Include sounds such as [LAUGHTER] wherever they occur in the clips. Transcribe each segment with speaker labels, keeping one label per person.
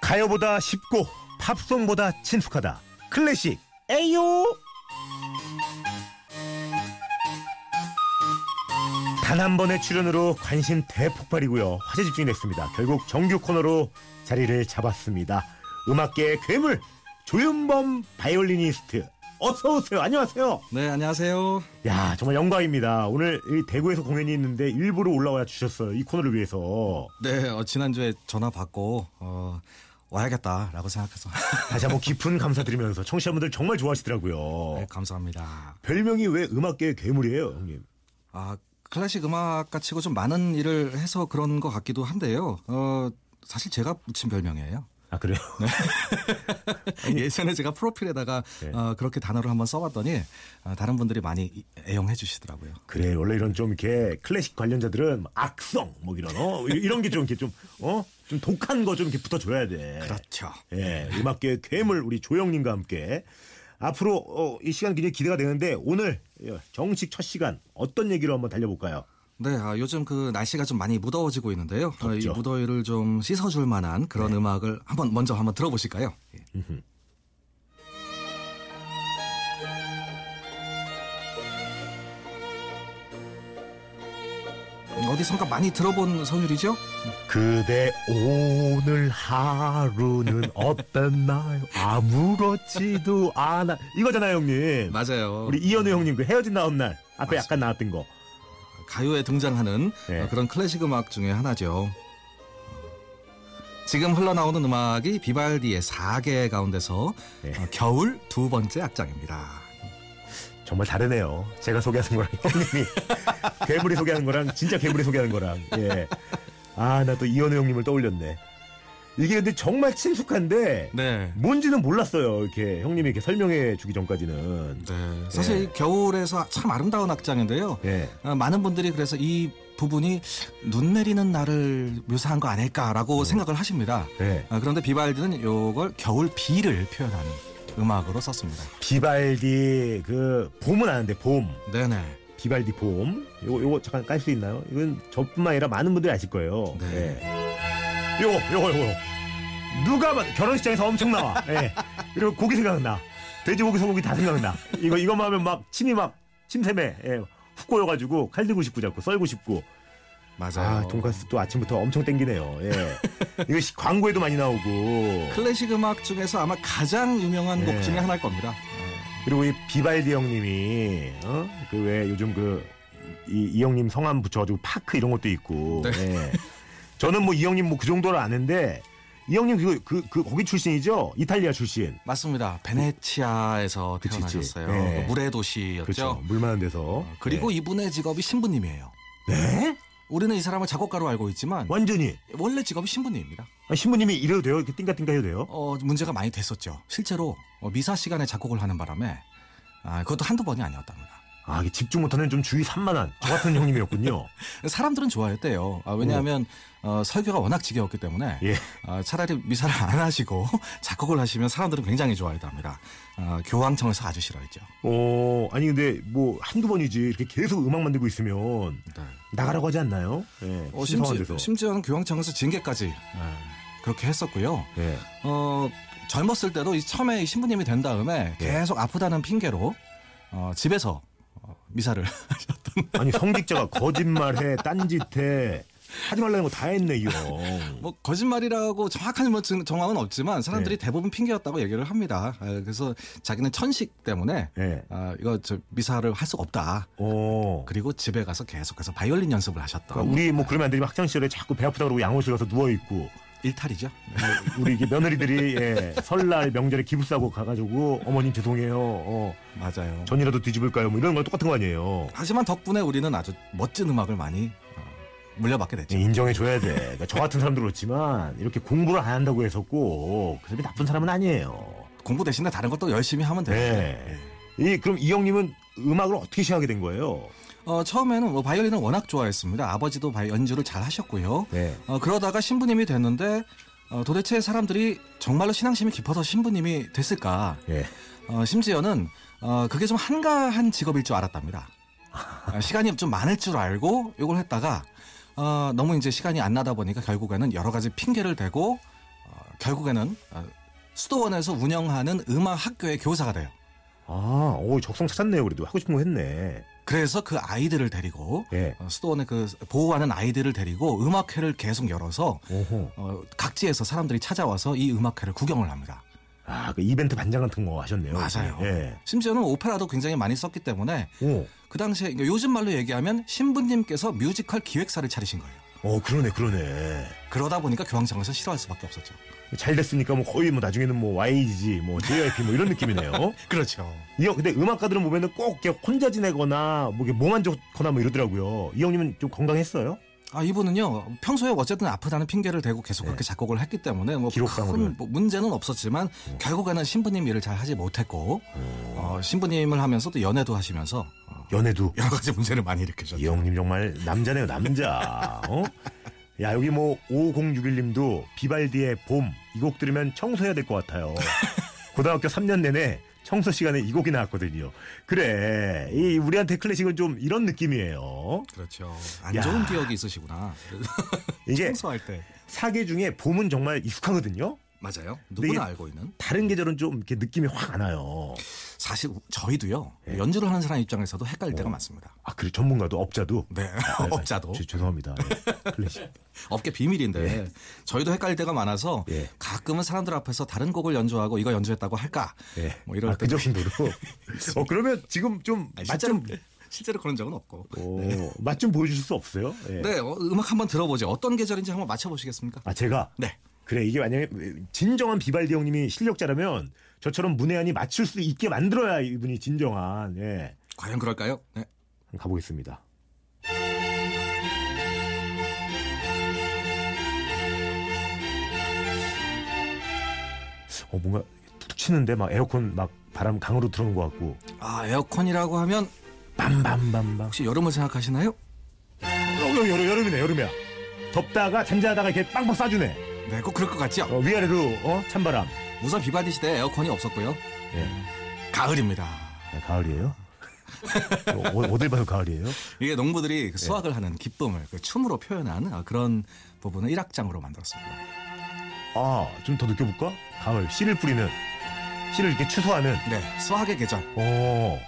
Speaker 1: 가요보다 쉽고 팝송보다 친숙하다. 클래식 에요. 단 한 번의 출연으로 관심 대폭발이고요. 화제 집중이 됐습니다. 결국 정규 코너로 자리를 잡았습니다. 음악계의 괴물 조윤범 바이올리니스트 어서 오세요. 안녕하세요.
Speaker 2: 네, 안녕하세요.
Speaker 1: 야 정말 영광입니다. 오늘 이 대구에서 공연이 있는데 일부러 올라와 주셨어요. 이 코너를 위해서
Speaker 2: 네, 어, 지난주에 전화 받고 어, 와야겠다라고 생각해서 [LAUGHS]
Speaker 1: 다시 한번 깊은 감사드리면서 청취자분들 정말 좋아하시더라고요.
Speaker 2: 네, 감사합니다.
Speaker 1: 별명이 왜 음악계의 괴물이에요, 형님?
Speaker 2: 아, 클래식 음악가 치고 좀 많은 일을 해서 그런 것 같기도 한데요. 어, 사실 제가 붙인 별명이에요.
Speaker 1: 아 그래요?
Speaker 2: 예전에 제가 프로필에다가
Speaker 1: 네.
Speaker 2: 어, 그렇게 단어를 한번 써봤더니 어, 다른 분들이 많이 이- 애용해 주시더라고요.
Speaker 1: [LAUGHS] 그래 원래 이런 좀 이렇게 클래식 관련자들은 악성 뭐 이런 어 이- 이런 게 좀 이렇게 좀 어? 좀 독한 거 좀 이렇게 붙어줘야 돼.
Speaker 2: 그렇죠.
Speaker 1: 예, 음악계의 괴물 우리 조영님과 함께 앞으로 어, 이 시간 굉장히 기대가 되는데 오늘 정식 첫 시간 어떤 얘기로 한번 달려볼까요?
Speaker 2: 네, 아, 요즘 그 날씨가 좀 많이 무더워지고 있는데요. 어, 이
Speaker 1: 덥죠. 네.
Speaker 2: 무더위를 좀 씻어줄 만한 그런 음악을 한번 먼저 한번 들어보실까요? 예. 어디선가 많이 들어본 선율이죠?
Speaker 1: 그대 오늘 하루는 [LAUGHS] 어땠나요? 아무렇지도 않아 이거잖아요 형님.
Speaker 2: 맞아요.
Speaker 1: 우리 이현우 형님 그 헤어진 다음 날 앞에 약간 나왔던 거.
Speaker 2: 가요에 등장하는
Speaker 1: 네.
Speaker 2: 어, 그런 클래식 음악 중에 하나죠. 지금 흘러나오는 음악이 비발디의 4개 가운데서
Speaker 1: 네.
Speaker 2: 어, 겨울 두 번째 악장입니다.
Speaker 1: 정말 다르네요. 제가 소개하는 거랑 [LAUGHS] 형님이 괴물이 소개하는 거랑 진짜 괴물이 소개하는 거랑. 예. 아 나 또 이현우 형님을 떠올렸네. 이게 근데 정말 친숙한데
Speaker 2: 네.
Speaker 1: 뭔지는 몰랐어요. 이렇게 형님이 이렇게 설명해 주기 전까지는.
Speaker 2: 네. 사실
Speaker 1: 예.
Speaker 2: 이 겨울에서 참 아름다운 악장인데요.
Speaker 1: 예.
Speaker 2: 어, 많은 분들이 그래서 이 부분이 눈 내리는 날을 묘사한 거 아닐까라고 생각을 하십니다.
Speaker 1: 예.
Speaker 2: 어, 그런데 비발디는 요걸 겨울 비를 표현하는 음악으로 썼습니다.
Speaker 1: 비발디 그 봄은 아는데 봄.
Speaker 2: 네네.
Speaker 1: 비발디 봄. 요거 요거 잠깐 깔 수 있나요? 이건 저뿐만 아니라 많은 분들이 아실 거예요.
Speaker 2: 네.
Speaker 1: 예. 요거 요거 요거. 요거. 누가 봐도 결혼식장에서 엄청
Speaker 2: [LAUGHS]
Speaker 1: 나와. 예. 그리고 고기 생각나. 돼지고기 소고기 다 생각나. 이거 이것만 하면 막 침이 막 침샘에 예. 훅 고여가지고 칼 들고 싶고 자꾸 썰고 싶고. 아
Speaker 2: 맞아요.
Speaker 1: 돈가스 또 아침부터 엄청 땡기네요.
Speaker 2: [LAUGHS]
Speaker 1: 예. 이거 시- 광고에도 많이 나오고.
Speaker 2: 클래식 음악 중에서 아마 가장 유명한
Speaker 1: 네.
Speaker 2: 곡 중에 하나일 겁니다.
Speaker 1: 그리고 이 비발디 형님이 어? 그 왜 요즘 그 이 형님 성함 붙여가지고 파크 이런 것도 있고.
Speaker 2: 네.
Speaker 1: 예. 저는 뭐 이 형님 뭐 그 정도는 아는데 이 형님 그거 그, 그 거기 출신이죠? 이탈리아 출신.
Speaker 2: 맞습니다. 베네치아에서
Speaker 1: 그치, 그치.
Speaker 2: 태어나셨어요.
Speaker 1: 네.
Speaker 2: 그 물의 도시였죠.
Speaker 1: 그렇죠. 물 많은 데서.
Speaker 2: 어, 그리고 이분의 직업이 신부님이에요.
Speaker 1: 네. 네?
Speaker 2: 우리는 이 사람을 작곡가로 알고 있지만
Speaker 1: 완전히
Speaker 2: 원래 직업이 신부님입니다.
Speaker 1: 아, 신부님이 이래도 돼요? 이렇게 띵가띵가 해도 돼요?
Speaker 2: 어, 문제가 많이 됐었죠. 실제로 어, 미사 시간에 작곡을 하는 바람에 아, 그것도 한두 번이 아니었답니다.
Speaker 1: 아 이게 집중 못하는 좀 주의 산만한 저 같은 형님이었군요.
Speaker 2: 사람들은 좋아했대요. 아, 왜냐하면 어, 설교가 워낙 지겨웠기 때문에
Speaker 1: 예.
Speaker 2: 아, 차라리 미사를 [LAUGHS] 안 하시고 작곡을 하시면 사람들은 굉장히 좋아했답니다. 아, 교황청에서 아주 싫어했죠.
Speaker 1: 어 아니 근데 뭐 한두 번이지 이렇게 계속 음악 만들고 있으면 나가라고 하지 않나요? 예.
Speaker 2: 네. 어,
Speaker 1: 신성한
Speaker 2: 심지,
Speaker 1: 데서.
Speaker 2: 심지어는 교황청에서 징계까지 예, 그렇게 했었고요.
Speaker 1: 예.
Speaker 2: 어, 젊었을 때도 이 처음에 이 신부님이 된 다음에
Speaker 1: 예.
Speaker 2: 계속 아프다는 핑계로 어, 집에서 어, 미사를
Speaker 1: 아니 성직자가 거짓말해 딴짓해 하지 말라는 거 다 했네 이 형.
Speaker 2: 뭐 거짓말이라고 정확한 뭐 증- 정황은 없지만 사람들이
Speaker 1: 네.
Speaker 2: 대부분 핑계였다고 얘기를 합니다. 아, 그래서 자기는 천식 때문에
Speaker 1: 예.
Speaker 2: 아, 이거 저 미사를 할 수가 없다.
Speaker 1: 어.
Speaker 2: 그리고 집에 가서 계속해서 바이올린 연습을 하셨던
Speaker 1: 그러니까 우리 뭐 그러면 안 되지만 학창 시절에 자꾸 배 아프다 그러고 양호실 가서 누워 있고
Speaker 2: 일탈이죠.
Speaker 1: 우리 이게 며느리들이 예, 설날 명절에 기부 싸고 가가지고 어머님 죄송해요. 어,
Speaker 2: 맞아요.
Speaker 1: 전이라도 뒤집을까요? 뭐 이런 거 똑같은 거 아니에요.
Speaker 2: 하지만 덕분에 우리는 아주 멋진 음악을 많이 어, 물려받게 됐죠.
Speaker 1: 예, 인정해 줘야 돼. 그러니까 저 같은 사람도 그렇지만 이렇게 공부를 안 한다고 해서 꼭 그사람이 나쁜 사람은 아니에요.
Speaker 2: 공부 대신에 다른 것도 열심히 하면 돼요.
Speaker 1: 네. 이 그럼 이 형님은 음악을 어떻게 시작하게 된 거예요?
Speaker 2: 어, 처음에는 뭐 바이올린을 워낙 좋아했습니다. 아버지도 바이- 연주를 잘 하셨고요.
Speaker 1: 네.
Speaker 2: 어, 그러다가 신부님이 됐는데 어, 도대체 사람들이 정말로 신앙심이 깊어서 신부님이 됐을까?
Speaker 1: 예.
Speaker 2: 어, 심지어는 어, 그게 좀 한가한 직업일 줄 알았답니다. 아, 시간이 좀 많을 줄 알고 이걸 했다가 어, 너무 이제 시간이 안 나다 보니까 결국에는 여러 가지 핑계를 대고 어, 결국에는 어, 수도원에서 운영하는 음악 학교의 교사가 돼요.
Speaker 1: 아, 오 적성 찾았네요. 그래도 하고 싶은 거 했네.
Speaker 2: 그래서 그 아이들을 데리고
Speaker 1: 예.
Speaker 2: 어, 수도원의 그 보호하는 아이들을 데리고 음악회를 계속 열어서
Speaker 1: 오호.
Speaker 2: 어, 각지에서 사람들이 찾아와서 이 음악회를 구경을 합니다.
Speaker 1: 아, 그 이벤트 반장 같은 거 하셨네요.
Speaker 2: 맞아요.
Speaker 1: 예.
Speaker 2: 심지어는 오페라도 굉장히 많이 썼기 때문에
Speaker 1: 오,
Speaker 2: 그 당시에 그러니까 요즘 말로 얘기하면 신부님께서 뮤지컬 기획사를 차리신 거예요.
Speaker 1: 어, 그러네, 그러네.
Speaker 2: 그러다 보니까 교황청에서 싫어할 수밖에 없었죠.
Speaker 1: 잘 됐으니까 뭐 거의 뭐 나중에는 뭐 YG, 뭐 JYP 뭐 이런 느낌이네요.
Speaker 2: 그렇죠.
Speaker 1: 이 형, 근데 음악가들은 보면은 꼭 이렇게 혼자 지내거나 뭐 이게 몸안 좋거나 뭐 이러더라고요. 이 형님은 좀 건강했어요?
Speaker 2: 아 이분은요 평소에 어쨌든 아프다는 핑계를 대고 계속 그렇게 작곡을 네. 했기 때문에
Speaker 1: 기록상으로는.
Speaker 2: 뭐큰 문제는 없었지만 결국에는 신부님 일을 잘 하지 못했고 어, 신부님을 하면서 또 연애도 하시면서 어,
Speaker 1: 연애도.
Speaker 2: 여러 가지 문제를 많이 일으키셨죠.
Speaker 1: 이 형님 정말 남자네요, 남자. 어? 야, 여기 뭐 5061님도 비발디의 봄 이 곡 들으면 청소해야 될 것 같아요. 고등학교 3년 내내 청소 시간에 이 곡이 나왔거든요. 그래, 이 우리한테 클래식은 좀 이런 느낌이에요.
Speaker 2: 그렇죠. 안
Speaker 1: 야.
Speaker 2: 좋은 기억이 있으시구나.
Speaker 1: 이게
Speaker 2: 청소할 때
Speaker 1: 사계 중에 봄은 정말 익숙하거든요.
Speaker 2: 맞아요.
Speaker 1: 이게-
Speaker 2: 누구나 알고 있는.
Speaker 1: 다른 계절은 좀 이렇게 느낌이 확 안 와요.
Speaker 2: 사실 저희도요 연주를 하는 사람 입장에서도 헷갈릴 때가 많습니다.
Speaker 1: 아, 그래 전문가도 업자도 아,
Speaker 2: 네, [LAUGHS] 업자도
Speaker 1: 죄- 죄송합니다. 예, 클래식.
Speaker 2: 업계 비밀인데 저희도 헷갈릴 때가 많아서
Speaker 1: 예.
Speaker 2: 가끔은 사람들 앞에서 다른 곡을 연주하고 이거 연주했다고 할까
Speaker 1: 예.
Speaker 2: 뭐 이럴
Speaker 1: 아, 그
Speaker 2: 때도
Speaker 1: 정도로.
Speaker 2: [LAUGHS]
Speaker 1: 어 그러면 지금
Speaker 2: 아니,
Speaker 1: 좀맛좀
Speaker 2: 실제로 [LAUGHS] 실제로 그런 적은 없고
Speaker 1: 네. 맛 좀 보여주실 수 없어요? 예.
Speaker 2: 네 어, 음악 한번 들어보죠 어떤 계절인지 한번 맞춰보시겠습니까?
Speaker 1: 아 제가
Speaker 2: 네
Speaker 1: 그래 이게 만약에 진정한 비발디 형님이 실력자라면 저처럼 문외한이 맞출 수 있게 만들어야 이분이 진정한 예
Speaker 2: 과연 그럴까요? 네.
Speaker 1: 한번 가보겠습니다. 어 뭔가 툭툭 치는데 막 에어컨 막 바람 강으로 들어오는 것 같고
Speaker 2: 아 에어컨이라고 하면
Speaker 1: 빰빰빰빰
Speaker 2: 혹시 여름을 생각하시나요?
Speaker 1: 어, 여름, 여름, 여름이네, 여름이야. 덥다가 잠자다가 이렇게 빵빵 쏴주네.
Speaker 2: 네 꼭 그럴 것 같죠?
Speaker 1: 어, 위아래로 어? 찬바람.
Speaker 2: 우선 비바디 시대에 에어컨이 없었고요
Speaker 1: 예,
Speaker 2: 가을입니다.
Speaker 1: 네, 가을이에요. 어, 어, 어딜 봐도 가을이에요.
Speaker 2: 이게 농부들이 그
Speaker 1: 예.
Speaker 2: 수확을 하는 기쁨을 그 춤으로 표현한 아, 그런 부분을 일악장으로 만들었습니다.
Speaker 1: 아, 좀 더 느껴볼까? 가을, 씨를 뿌리는, 씨를 이렇게 추수하는.
Speaker 2: 네, 수확의 계절.
Speaker 1: 어.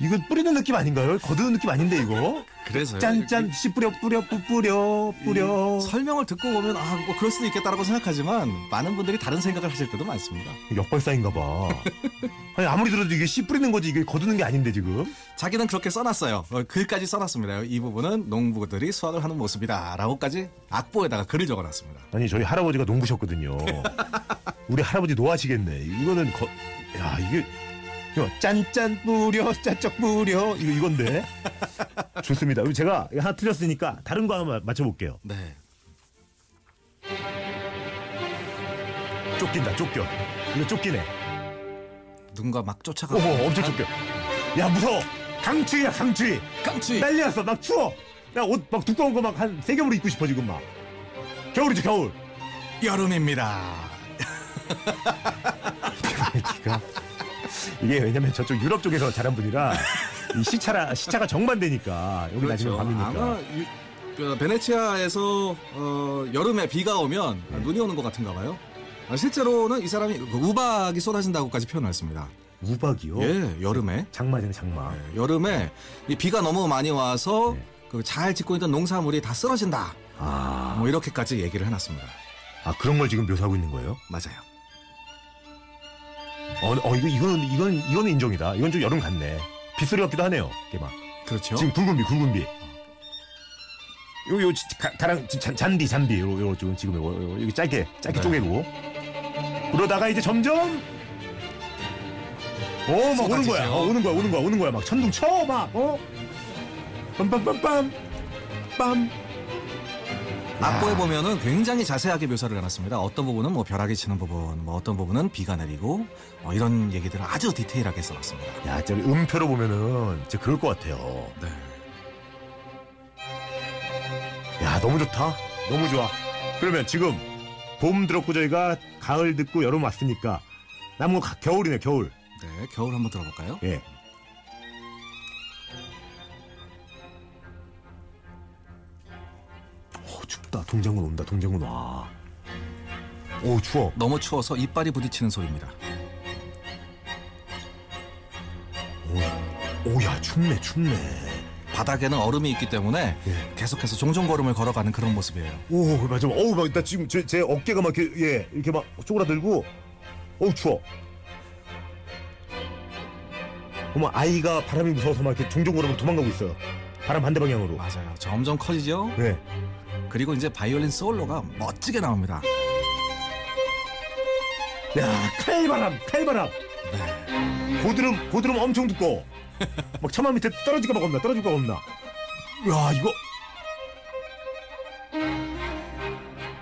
Speaker 1: 이거 뿌리는 느낌 아닌가요? 거두는 느낌 아닌데 이거?
Speaker 2: 그래서
Speaker 1: 짠짠 씨 뿌려 뿌려 뿌 뿌려 뿌려.
Speaker 2: 설명을 듣고 보면 아, 뭐 그럴 수도 있겠다라고 생각하지만 많은 분들이 다른 생각을 하실 때도 많습니다.
Speaker 1: 역발상인가 봐. 아니 아무리 들어도 이게 씨 뿌리는 거지 이게 거두는 게 아닌데 지금.
Speaker 2: 자기는 그렇게 써놨어요. 어, 글까지 써놨습니다. 이 부분은 농부들이 수확을 하는 모습이다라고까지 악보에다가 글을 적어놨습니다.
Speaker 1: 아니 저희 할아버지가 농부셨거든요. 우리 할아버지 노하시겠네. 이거는 거, 야 이게 이거 짠짠 뿌려 짜쩍 뿌려 이거 이건데 좋습니다. 그럼 제가 이거 하나 틀렸으니까 다른 거 하나 맞춰볼게요.
Speaker 2: 네,
Speaker 1: 쫓긴다 쫓겨. 이거 쫓기네.
Speaker 2: 누군가 막 쫓아가.
Speaker 1: 오호 엄청 쫓겨. 야 무서워. 강추위야 강추위.
Speaker 2: 깜치.
Speaker 1: 난리났어 막 추워. 나 옷 막 두꺼운 거 막 한 세 겹으로 입고 싶어 지금 막. 겨울이지 겨울.
Speaker 2: 여름입니다.
Speaker 1: 기가 이게 왜냐면 저쪽 유럽 쪽에서 자란 분이라 이 시차라 시차가 정반대니까 여기 나중에 밤이니까
Speaker 2: 그렇죠. 아마 유- 그 베네치아에서 어, 여름에 비가 오면
Speaker 1: 네.
Speaker 2: 눈이 오는 것 같은가 봐요. 아, 실제로는 이 사람이 그 우박이 쏟아진다고까지 표현했습니다.
Speaker 1: 우박이요.
Speaker 2: 예, 여름에
Speaker 1: 장마잖아요 장마.
Speaker 2: 예, 여름에 이 비가 너무 많이 와서
Speaker 1: 네.
Speaker 2: 그 잘 짓고 있던 농산물이 다 쓰러진다.
Speaker 1: 아,
Speaker 2: 뭐 이렇게까지 얘기를 해놨습니다.
Speaker 1: 아 그런 걸 지금 묘사하고 있는 거예요?
Speaker 2: 맞아요.
Speaker 1: 어, 어 이거 이건 이건 이건 인정이다. 이건 좀 여름 같네. 빗소리 같기도 하네요. 이게 막
Speaker 2: 그렇죠.
Speaker 1: 지금 굵은비 굵은비. 요요 가랑 지- 잔- 잔디 잔디 요요 지금 지금 요거, 요거 여기 짧게 짧게
Speaker 2: 네.
Speaker 1: 쪼개고 그러다가 이제 점점 어막 오는 거야
Speaker 2: 쏟아지죠.
Speaker 1: 어, 오는 거야 오는 거야 오는 거야 막 천둥 쳐막어 빰빰빰빰 빰
Speaker 2: 악보에 보면은 굉장히 자세하게 묘사를 해놨습니다. 어떤 부분은 뭐 벼락이 치는 부분, 뭐 어떤 부분은 비가 내리고 뭐 이런 얘기들을 아주 디테일하게 써놨습니다.
Speaker 1: 야, 저기 음표로 보면은 진짜 그럴 것 같아요.
Speaker 2: 네.
Speaker 1: 야, 너무 좋다. 너무 좋아. 그러면 지금 봄 들었고 저희가 가을 듣고 여름 왔으니까 남은 거 가- 겨울이네, 겨울.
Speaker 2: 네, 겨울 한번 들어볼까요?
Speaker 1: 예. 어, 춥다. 동장군 온다. 동장군 와. 오 추워.
Speaker 2: 너무 추워서 이빨이 부딪히는 소리입니다.
Speaker 1: 오, 오야 춥네 춥네.
Speaker 2: 바닥에는 얼음이 있기 때문에
Speaker 1: 예.
Speaker 2: 계속해서 종종 걸음을 걸어가는 그런 모습이에요.
Speaker 1: 오 맞아. 어우 막 나 지금 제, 제 어깨가 막 이렇게 예 이렇게 막 쪼그라들고. 어우 추워. 어머 아이가 바람이 무서워서 막 이렇게 종종 걸으면 도망가고 있어요. 바람 반대 방향으로.
Speaker 2: 맞아요. 점점 커지죠.
Speaker 1: 네.
Speaker 2: 그리고 이제 바이올린 솔로가 멋지게 나옵니다.
Speaker 1: 야 칼바람 칼바람.
Speaker 2: 네.
Speaker 1: 고드름 고드름 엄청
Speaker 2: [LAUGHS]
Speaker 1: 두꺼워. 막 처마 밑에 떨어질까 봐 겁나 떨어질까 봐 겁나. 야 이거.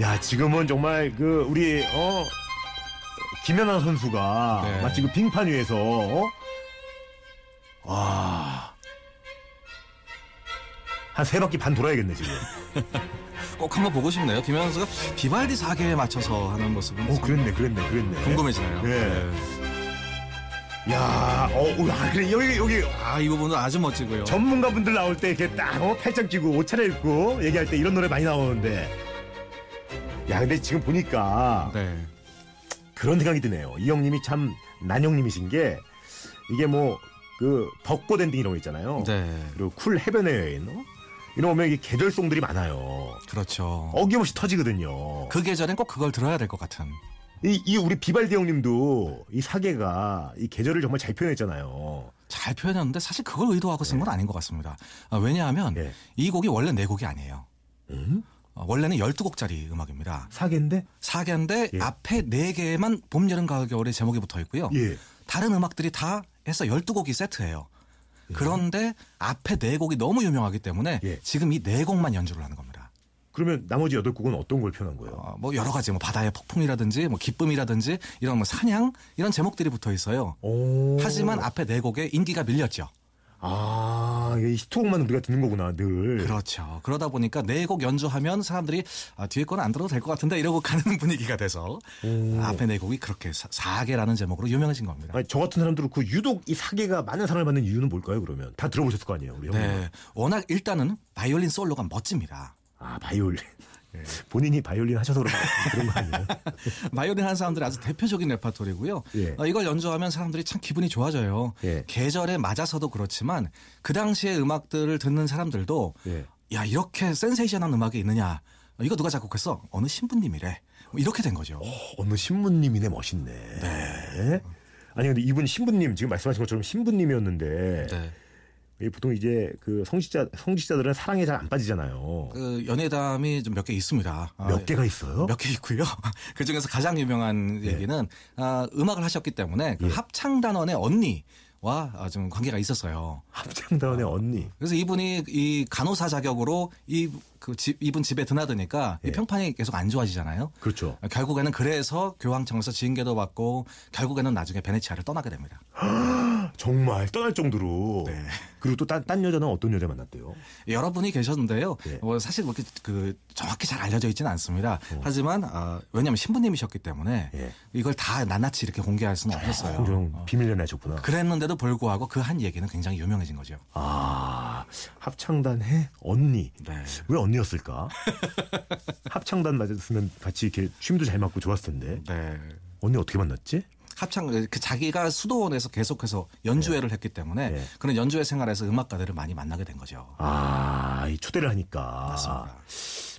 Speaker 1: 야 지금은 정말 그 우리 어 김연아 선수가
Speaker 2: 네.
Speaker 1: 마치 그 빙판 위에서 어? 와. 한 세 바퀴 반 돌아야겠네 지금.
Speaker 2: 꼭 한번 보고 싶네요. 김현 선수가 비발디 사계에 맞춰서 하는 모습은
Speaker 1: 오
Speaker 2: 참
Speaker 1: 그랬네 그랬네 그랬네.
Speaker 2: 궁금해지네요.
Speaker 1: 예.
Speaker 2: 네.
Speaker 1: 야, 어, 야 그래 여기 여기
Speaker 2: 아, 이 부분은 아주 멋지고요.
Speaker 1: 전문가분들 나올 때 이렇게 딱 어, 팔짱 끼고 옷차려 입고 얘기할 때 이런 노래 많이 나오는데 야 근데 지금 보니까
Speaker 2: 네.
Speaker 1: 그런 생각이 드네요 이 형님이 참 난형님이신 게 이게 뭐 그 벚꽃 엔딩 이런 거 있잖아요
Speaker 2: 네.
Speaker 1: 그리고 쿨 해변의 여인 어? 이런 거 보면 이게 계절송들이 많아요
Speaker 2: 그렇죠.
Speaker 1: 어김없이 터지거든요
Speaker 2: 그 계절엔 꼭 그걸 들어야 될 것 같은.
Speaker 1: 이, 이 우리 비발디 형님도 이 사계가 이 계절을 정말 잘 표현했잖아요
Speaker 2: 잘 표현했는데 사실 그걸 의도하고 쓴 건 아닌 것 같습니다. 아, 왜냐하면
Speaker 1: 네. 예.
Speaker 2: 이 곡이 원래 네 곡이 아니에요.
Speaker 1: 음?
Speaker 2: 어, 원래는 12곡짜리 음악입니다.
Speaker 1: 사계인데?
Speaker 2: 사계인데
Speaker 1: 예.
Speaker 2: 앞에 네개만 봄, 여름, 가을, 겨울에 제목이 붙어 있고요.
Speaker 1: 예
Speaker 2: 다른 음악들이 다 해서 12곡이 세트예요. 그런데 앞에 네곡이 너무 유명하기 때문에
Speaker 1: 예.
Speaker 2: 지금 이 네곡만 연주를 하는 겁니다.
Speaker 1: 그러면 나머지 여덟 곡은 어떤 걸 표현한 거예요?
Speaker 2: 어, 뭐 여러 가지 뭐 바다의 폭풍이라든지 뭐 기쁨이라든지 이런 뭐 사냥 이런 제목들이 붙어 있어요.
Speaker 1: 오. 예.
Speaker 2: 하지만 앞에 네 곡에 인기가 밀렸죠.
Speaker 1: 아, 이게 히트곡만 우리가 듣는 거구나, 늘.
Speaker 2: 그렇죠. 그러다 보니까 네 곡 연주하면 사람들이 아, 뒤에 거는 안 들어도 될 것 같은데 이러고 가는 [LAUGHS] 분위기가 돼서
Speaker 1: 오.
Speaker 2: 앞에 네 곡이 그렇게 사- 사계라는 제목으로 유명해진 겁니다.
Speaker 1: 아니, 저 같은 사람들은 그 유독 이 사계가 많은 사랑을 받는 이유는 뭘까요, 그러면? 다 들어보셨을 거 아니에요, 우리 형님.
Speaker 2: 네, 워낙 일단은 바이올린 솔로가 멋집니다.
Speaker 1: 아, 바이올린. [LAUGHS] 본인이 바이올린 하셔서 그런 [LAUGHS] 거- 그런 거 아니에요?
Speaker 2: 바이올린 하는 사람들이 아주 대표적인 레파토리고요.
Speaker 1: 예.
Speaker 2: 어, 이걸 연주하면 사람들이 참 기분이 좋아져요.
Speaker 1: 예.
Speaker 2: 계절에 맞아서도 그렇지만 그 당시의 음악들을 듣는 사람들도
Speaker 1: 예.
Speaker 2: 야 이렇게 센세이션한 음악이 있느냐 어, 이거 누가 작곡했어 어느 신부님이래 뭐 이렇게 된 거죠.
Speaker 1: 어, 어느 신부님이네, 멋있네. 네. 아니, 근데 이분 신부님, 지금 말씀하신 것처럼 신부님이었는데,
Speaker 2: 네.
Speaker 1: 이게 보통 이제 그 성직자, 성직자들은 사랑에 잘 안 빠지잖아요.
Speaker 2: 그 연예담이 좀 몇 개 있습니다. 아,
Speaker 1: 네. 몇 개가 있어요?
Speaker 2: 몇 개 있고요. [LAUGHS] 그 중에서 가장 유명한
Speaker 1: 예.
Speaker 2: 얘기는 아, 음악을 하셨기 때문에 그
Speaker 1: 예.
Speaker 2: 합창 단원의 언니와 아, 좀 관계가 있었어요.
Speaker 1: 합창단원의 언니.
Speaker 2: 그래서 이분이 이 간호사 자격으로 이 그 집, 이분 집에 드나드니까
Speaker 1: 예.
Speaker 2: 이 평판이 계속 안 좋아지잖아요.
Speaker 1: 그렇죠.
Speaker 2: 아, 결국에는 그래서 교황청에서 징계도 받고 결국에는 나중에 베네치아를 떠나게 됩니다.
Speaker 1: [GASPS] 정말 떠날 정도로.
Speaker 2: 네.
Speaker 1: 그리고 또 딴 딴 여자는 어떤 여자 만났대요?
Speaker 2: 여러 분이 계셨는데요.
Speaker 1: 예.
Speaker 2: 뭐 사실 그렇게 그 정확히 잘 알려져 있지는 않습니다. 하지만 아, 왜냐하면 신부님이셨기 때문에
Speaker 1: 예.
Speaker 2: 이걸 다 낱낱이 이렇게 공개할 수는 없었어요.
Speaker 1: 홍정
Speaker 2: 어.
Speaker 1: 아, 비밀 연애하셨구나.
Speaker 2: 그랬는데도 불구하고 그 한 얘기는 굉장히 유명해진 거죠.
Speaker 1: 아 합창단 해 언니
Speaker 2: 네.
Speaker 1: 왜
Speaker 2: [LAUGHS]
Speaker 1: 언니였을까? 합창단 맞았으면 같이 이렇게 춤도 잘 맞고 좋았을 텐데 언니 어떻게 만났지?
Speaker 2: 합창 그 자기가 수도원에서 계속해서 연주회를 했기 때문에
Speaker 1: 예.
Speaker 2: 그런 연주회 생활에서 음악가들을 많이 만나게 된 거죠.
Speaker 1: 아, 이 초대를 하니까
Speaker 2: 맞습니다.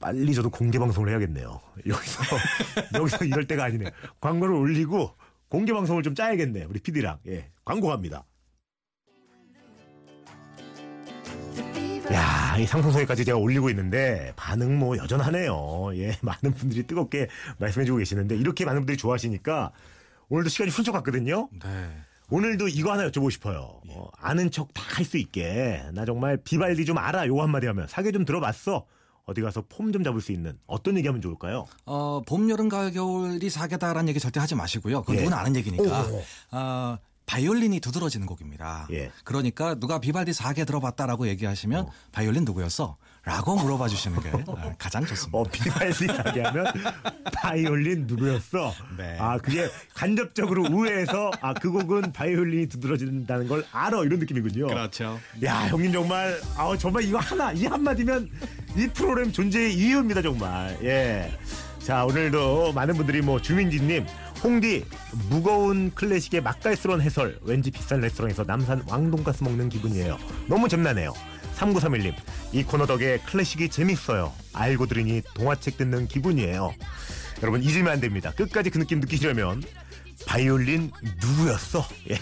Speaker 1: 빨리 저도 공개 방송을 해야겠네요. [LAUGHS] 여기서 여기서 이럴 때가 아니네. 광고를 올리고 공개 방송을 좀 짜야겠네. 우리 PD랑 예, 광고 갑니다. 야, 이 상승소에까지 제가 올리고 있는데 반응 뭐 여전하네요. 예, [LAUGHS] 많은 분들이 뜨겁게 말씀해주고 계시는데 이렇게 많은 분들이 좋아하시니까 오늘도 시간이 훌쩍 갔거든요.
Speaker 2: 네.
Speaker 1: 오늘도 이거 하나 여쭤보고 싶어요.
Speaker 2: 예.
Speaker 1: 어, 아는 척 다 할 수 있게 나 정말 비발디 좀 알아 요거 한마디 하면 사계 좀 들어봤어. 어디 가서 폼 좀 잡을 수 있는 어떤 얘기하면 좋을까요?
Speaker 2: 어, 봄, 여름, 가을, 겨울이 사계다라는 얘기 절대 하지 마시고요. 그건
Speaker 1: 예.
Speaker 2: 누구나 아는 얘기니까.
Speaker 1: 오, 오, 오.
Speaker 2: 어, 바이올린이 두드러지는 곡입니다.
Speaker 1: 예.
Speaker 2: 그러니까 누가 비발디 사계 들어봤다라고 얘기하시면 바이올린 누구였어? 라고 물어봐 주시는 게 어, 가장 좋습니다.
Speaker 1: 어 비발디 사계 하면 [LAUGHS] 바이올린 누구였어?
Speaker 2: 네.
Speaker 1: 아 그게 간접적으로 우회해서 아 그 곡은 바이올린이 두드러진다는 걸 알아 이런 느낌이군요.
Speaker 2: 그렇죠.
Speaker 1: 야 형님 정말 아 정말 이거 하나 이 한마디면 이 프로그램 존재의 이유입니다 정말 예 자 오늘도 많은 분들이 뭐 주민지님 홍디 무거운 클래식의 맛깔스러운 해설 왠지 비싼 레스토랑에서 남산 왕돈가스 먹는 기분이에요 너무 잼나네요 3931님 이 코너 덕에 클래식이 재밌어요 알고 들으니 동화책 듣는 기분이에요 여러분 잊으면 안 됩니다 끝까지 그 느낌 느끼시려면 바이올린 누구였어? 예.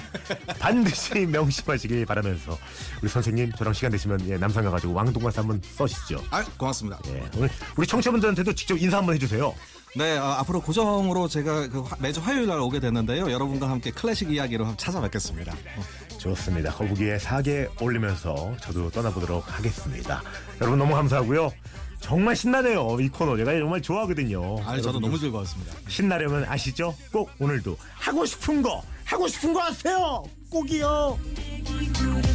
Speaker 1: 반드시 [LAUGHS] 명심하시길 바라면서 우리 선생님 저랑 시간 되시면 예, 남산 가가지고 왕돈가스 한번 써시죠
Speaker 2: 아, 고맙습니다.
Speaker 1: 예, 오늘 우리 청취자분들한테도 직접 인사 한번 해주세요.
Speaker 2: 네, 어, 앞으로 고정으로 제가 그 화- 매주 화요일 날 오게 되는데요. 여러분과 함께 클래식 이야기로 한번 찾아뵙겠습니다. 어.
Speaker 1: 좋습니다. 거북이의 사계 올리면서 저도 떠나보도록 하겠습니다. 여러분 너무 감사하고요. 정말 신나네요. 이 코너 제가 정말 좋아하거든요.
Speaker 2: 아, 저도
Speaker 1: 여러분들
Speaker 2: 너무 즐거웠습니다.
Speaker 1: 신나려면 아시죠? 꼭 오늘도 하고 싶은 거 하고 싶은 거 하세요. 꼭이요.
Speaker 3: 내게 부르